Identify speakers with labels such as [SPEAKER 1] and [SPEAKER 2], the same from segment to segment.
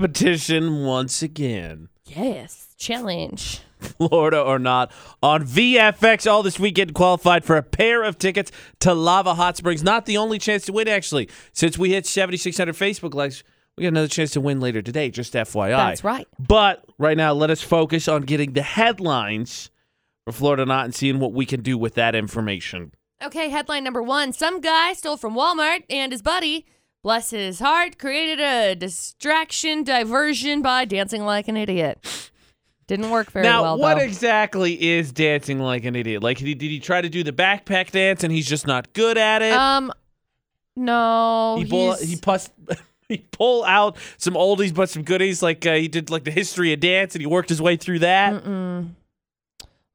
[SPEAKER 1] competition once again.
[SPEAKER 2] Yes, challenge.
[SPEAKER 1] Florida or not, on VFX all this weekend qualified for a pair of tickets to Lava Hot Springs. Not the only chance to win, actually. Since we hit 7,600 Facebook likes, we got another chance to win later today, just FYI.
[SPEAKER 2] That's right.
[SPEAKER 1] But right now, let us focus on getting the headlines for Florida or Not and seeing what we can do with that information.
[SPEAKER 2] Okay, headline number one Some guy stole from Walmart and his buddy, bless his heart, created a distraction diversion by dancing like an idiot. Didn't work very
[SPEAKER 1] now,
[SPEAKER 2] well,
[SPEAKER 1] what
[SPEAKER 2] though.
[SPEAKER 1] exactly is dancing like an idiot? Like, did did he try to do the backpack dance and he's just not good at it?
[SPEAKER 2] um, no.
[SPEAKER 1] he pull
[SPEAKER 2] Oh, he's-
[SPEAKER 1] he pus, he pull out some oldies but some goodies like uh, he did like the history of dance and he worked his way through that
[SPEAKER 2] Mm-mm.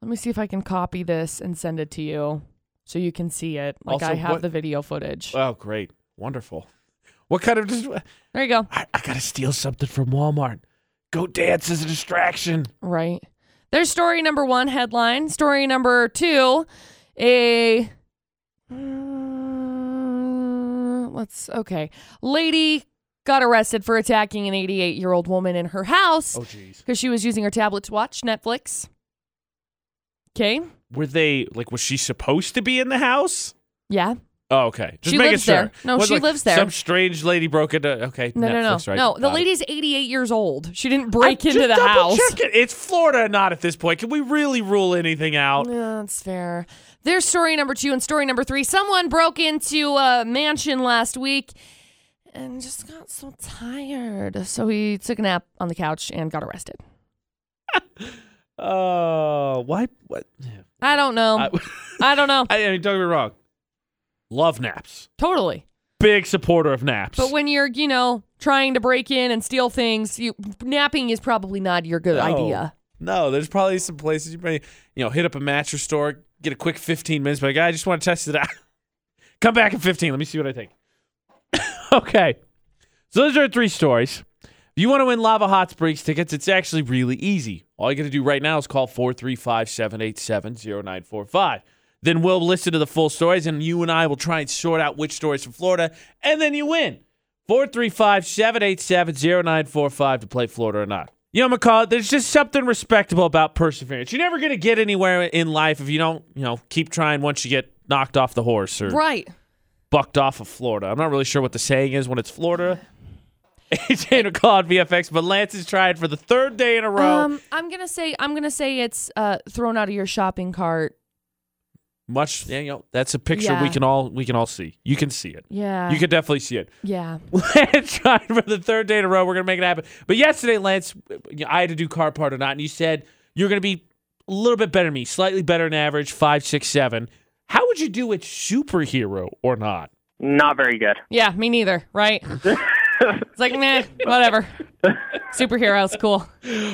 [SPEAKER 2] Let me see if I can copy this and send it to you so you can see it. Like
[SPEAKER 1] Also,
[SPEAKER 2] I have
[SPEAKER 1] what-
[SPEAKER 2] the video footage.
[SPEAKER 1] oh great wonderful what kind of dis-
[SPEAKER 2] there you go.
[SPEAKER 1] I, I gotta steal something from walmart go dance as a distraction
[SPEAKER 2] Right. There's story number one headline. Story number two, a. Mm, Let's okay. Lady got arrested for attacking an 88 year old woman in her house
[SPEAKER 1] oh jeez
[SPEAKER 2] because she was using her tablet to watch Netflix. Okay.
[SPEAKER 1] were they like was she supposed to be in the house
[SPEAKER 2] Yeah.
[SPEAKER 1] oh okay just
[SPEAKER 2] She
[SPEAKER 1] making
[SPEAKER 2] lives
[SPEAKER 1] sure
[SPEAKER 2] there. No,
[SPEAKER 1] Was,
[SPEAKER 2] she
[SPEAKER 1] like,
[SPEAKER 2] lives there.
[SPEAKER 1] some strange lady broke into okay
[SPEAKER 2] No,
[SPEAKER 1] Netflix,
[SPEAKER 2] no,
[SPEAKER 1] right?
[SPEAKER 2] no, no. The
[SPEAKER 1] Got it.
[SPEAKER 2] lady's 88 years old. She didn't break
[SPEAKER 1] I'm
[SPEAKER 2] into
[SPEAKER 1] just
[SPEAKER 2] the house.
[SPEAKER 1] double-checking. It's Florida or not at this point. Can we really rule anything out?
[SPEAKER 2] Yeah, that's fair. There's story number two and story number three. Someone broke into a mansion last week and just got so tired. So he took a nap on the couch and got arrested.
[SPEAKER 1] Oh, why? What?
[SPEAKER 2] I don't know.
[SPEAKER 1] I,
[SPEAKER 2] I, don't know.
[SPEAKER 1] I mean, don't get me wrong. Love naps.
[SPEAKER 2] totally.
[SPEAKER 1] Big supporter of naps.
[SPEAKER 2] But when you're, you know, trying to break in and steal things, you napping is probably not your good
[SPEAKER 1] No.
[SPEAKER 2] idea.
[SPEAKER 1] no, there's probably some places you may, you know, hit up a mattress store, get a quick 15 minutes. But like, I just want to test it out. Come back in 15. Let me see what I think. okay. So those are three stories. If you want to win Lava Hot Springs tickets, it's actually really easy. All you got to do right now is call 435 787 0945. Then we'll listen to the full stories, and you and I will try and sort out which stories from Florida, and then you win. 435 787 0945 to play Florida or not. You know, McCall, there's just something respectable about perseverance. You're never going to get anywhere in life if you don't, you know, keep trying once you get knocked off the horse or
[SPEAKER 2] Right.
[SPEAKER 1] bucked off of Florida. I'm not really sure what the saying is when it's Florida. AJ and McCall on VFX, but Lance is trying for the third day in a row.
[SPEAKER 2] Um, I'm gonna say I'm gonna say it's uh, thrown out of your shopping cart.
[SPEAKER 1] Much, yeah, you know, that's a picture
[SPEAKER 2] Yeah.
[SPEAKER 1] we can all we can all see. You can see it.
[SPEAKER 2] Yeah.
[SPEAKER 1] You can definitely see it.
[SPEAKER 2] yeah.
[SPEAKER 1] Lance trying for the third day in a row. We're gonna make it happen. But yesterday, Lance, I had to do car part or not, and you said you're gonna be a little bit better than me, slightly better than average, five, six, seven. How would you do it, superhero or not?
[SPEAKER 3] Not very good.
[SPEAKER 2] Yeah, me neither, right? it's like, nah, whatever. Superheroes, cool.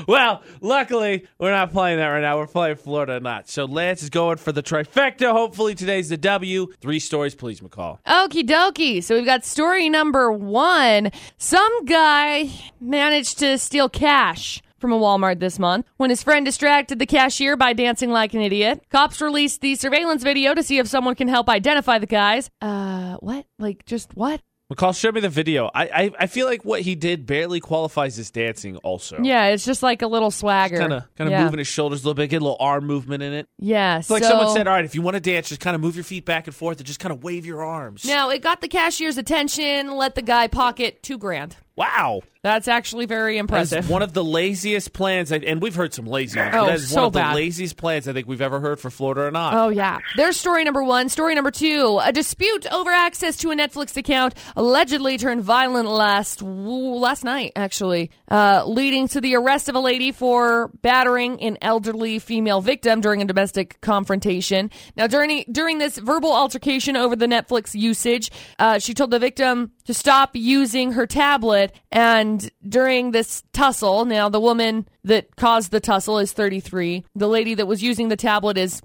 [SPEAKER 1] Well, luckily, we're not playing that right now. We're playing Florida or not. So Lance is going for the trifecta. Hopefully, today's the W. Three stories, please, McCall.
[SPEAKER 2] Okie dokie. So we've got story number one. Some guy managed to steal cash from a Walmart this month when his friend distracted the cashier by dancing like an idiot. Cops released the surveillance video to see if someone can help identify the guys. Uh, what? Like, just what?
[SPEAKER 1] McCall, show me the video. I I, I feel like what he did barely qualifies as dancing. Also,
[SPEAKER 2] Yeah, it's just like a little swagger.
[SPEAKER 1] kind of kind of
[SPEAKER 2] yeah.
[SPEAKER 1] moving his shoulders a little bit, get a little arm movement in it.
[SPEAKER 2] Yeah.
[SPEAKER 1] It's like
[SPEAKER 2] so-
[SPEAKER 1] someone said, all right, if you want to dance, just kind of move your feet back and forth and just kind of wave your arms.
[SPEAKER 2] Now, it got the cashier's attention, let the guy pocket two grand.
[SPEAKER 1] Wow.
[SPEAKER 2] That's actually very
[SPEAKER 1] That's
[SPEAKER 2] impressive.
[SPEAKER 1] one of the laziest plans, I, and we've heard some lazy ones.
[SPEAKER 2] Oh,
[SPEAKER 1] but that is
[SPEAKER 2] so
[SPEAKER 1] one of
[SPEAKER 2] bad.
[SPEAKER 1] the laziest plans I think we've ever heard for Florida or not.
[SPEAKER 2] Oh, yeah. There's story number one. Story number two a dispute over access to a Netflix account allegedly turned violent last w- last night, actually, uh, leading to the arrest of a lady for battering an elderly female victim during a domestic confrontation. Now, during, during this verbal altercation over the Netflix usage, uh, she told the victim to stop using her tablet. And during this tussle, now the woman that caused the tussle is 33. The lady that was using the tablet is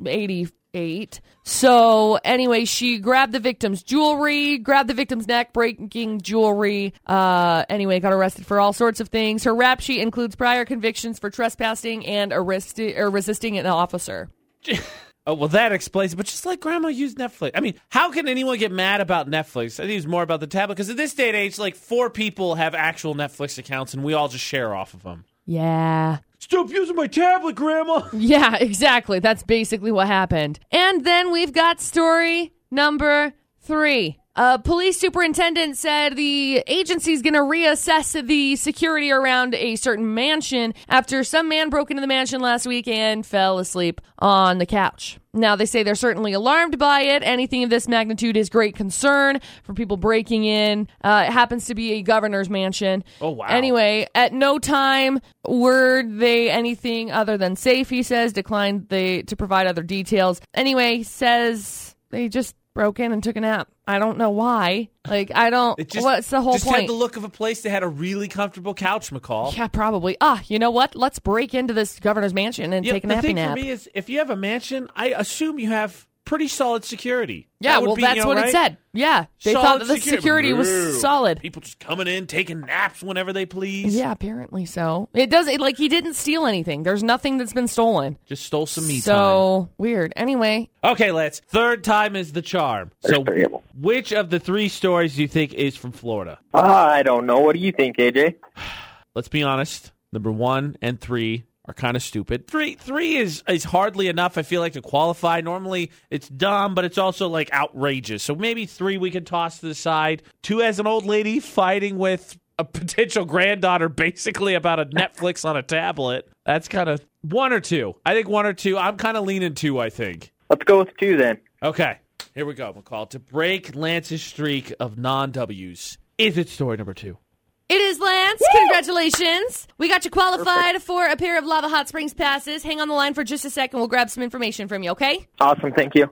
[SPEAKER 2] 88. So, anyway, she grabbed the victim's jewelry, grabbed the victim's neck, breaking jewelry. Uh, anyway, got arrested for all sorts of things. Her rap sheet includes prior convictions for trespassing and arresti- or resisting an officer.
[SPEAKER 1] Oh, well, that explains it. But just like grandma used Netflix. I mean, how can anyone get mad about Netflix? I think it's more about the tablet because at this day and age, like four people have actual Netflix accounts and we all just share off of them.
[SPEAKER 2] Yeah.
[SPEAKER 1] Stop using my tablet, grandma.
[SPEAKER 2] Yeah, exactly. That's basically what happened. And then we've got story number three. A police superintendent said the agency's going to reassess the security around a certain mansion after some man broke into the mansion last week and fell asleep on the couch. Now, they say they're certainly alarmed by it. Anything of this magnitude is great concern for people breaking in. Uh, it happens to be a governor's mansion.
[SPEAKER 1] Oh, wow.
[SPEAKER 2] Anyway, anyway, at no time were they anything other than safe, he says, declined they to provide other details. Anyway, says they just broke in and took a nap. I don't know why. Like I don't
[SPEAKER 1] It just,
[SPEAKER 2] what's the whole
[SPEAKER 1] just
[SPEAKER 2] point?
[SPEAKER 1] had the look of a place that had a really comfortable couch, McCall.
[SPEAKER 2] yeah, probably. Ah, you know what? Let's break into this governor's mansion and
[SPEAKER 1] Yeah,
[SPEAKER 2] take a
[SPEAKER 1] the
[SPEAKER 2] nappy
[SPEAKER 1] thing
[SPEAKER 2] nap.
[SPEAKER 1] for me is if you have a mansion, I assume you have pretty solid security.
[SPEAKER 2] yeah,
[SPEAKER 1] That would
[SPEAKER 2] well
[SPEAKER 1] be, you
[SPEAKER 2] that's
[SPEAKER 1] know,
[SPEAKER 2] what
[SPEAKER 1] right?
[SPEAKER 2] it said. Yeah. They
[SPEAKER 1] Solid
[SPEAKER 2] thought that the
[SPEAKER 1] security.
[SPEAKER 2] security
[SPEAKER 1] Boo.
[SPEAKER 2] was solid.
[SPEAKER 1] People just coming in, taking naps whenever they please.
[SPEAKER 2] Yeah, apparently so. It does it, like he didn't steal anything. There's nothing that's been stolen.
[SPEAKER 1] Just stole some meat.
[SPEAKER 2] so weird. Anyway,
[SPEAKER 1] Okay, let's. Third time is the charm. So,
[SPEAKER 3] Understandable.
[SPEAKER 1] which of the three stories do you think is from Florida?
[SPEAKER 3] I don't know. What do you think, AJ?
[SPEAKER 1] Let's be honest. Number one and three are kind of stupid. Three, three is is hardly enough. I feel like to qualify. Normally, it's dumb, but it's also like outrageous. So maybe three we can toss to the side. Two as an old lady fighting with a potential granddaughter, basically about a Netflix on a tablet. That's kind of one or two. I think one or two. I'm kind of leaning two. I think.
[SPEAKER 3] Let's go with two then.
[SPEAKER 1] Okay, here we go, McCall. To break Lance's streak of non W's, is it story number two?
[SPEAKER 2] It is Lance. Congratulations. We got you qualified for a pair of Lava Hot Springs passes. Hang on the line for just a second. We'll grab some information from you, okay?
[SPEAKER 3] Awesome. Thank you.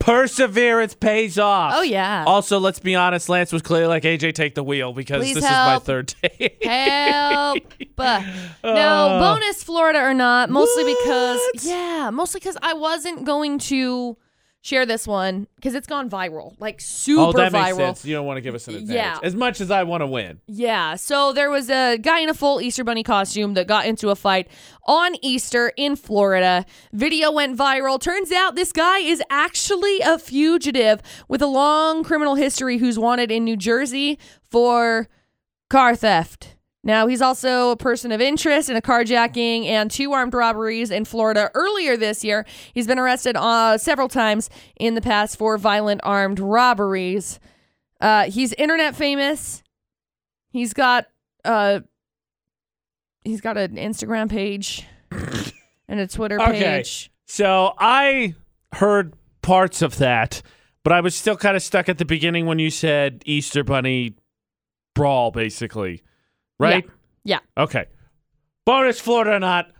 [SPEAKER 1] Perseverance pays off.
[SPEAKER 2] Oh, yeah.
[SPEAKER 1] Also, let's be honest, Lance was clearly like, AJ, take the wheel because
[SPEAKER 2] Please
[SPEAKER 1] this is my
[SPEAKER 2] help.
[SPEAKER 1] third day.
[SPEAKER 2] Help.
[SPEAKER 1] Uh.
[SPEAKER 2] no, bonus Florida or not, mostly
[SPEAKER 1] What?
[SPEAKER 2] because, yeah, mostly because I wasn't going to share this one because it's gone viral, like super
[SPEAKER 1] oh, that
[SPEAKER 2] viral.
[SPEAKER 1] makes sense. You don't want to give us an advantage.
[SPEAKER 2] Yeah.
[SPEAKER 1] As much as I want to win.
[SPEAKER 2] Yeah, so there was a guy in a full Easter Bunny costume that got into a fight on Easter in Florida. Video went viral. Turns out this guy is actually a fugitive with a long criminal history who's wanted in New Jersey for car theft. Now, he's also a person of interest in a carjacking and two armed robberies in Florida earlier this year. He's been arrested uh, several times in the past for violent armed robberies. Uh, he's internet famous. He's got uh he's got an Instagram page and a Twitter
[SPEAKER 1] Okay.
[SPEAKER 2] page.
[SPEAKER 1] So I heard parts of that, but I was still kind of stuck at the beginning when you said Easter Bunny brawl, basically. Right?
[SPEAKER 2] Yeah.
[SPEAKER 1] Okay. Bonus Florida or not.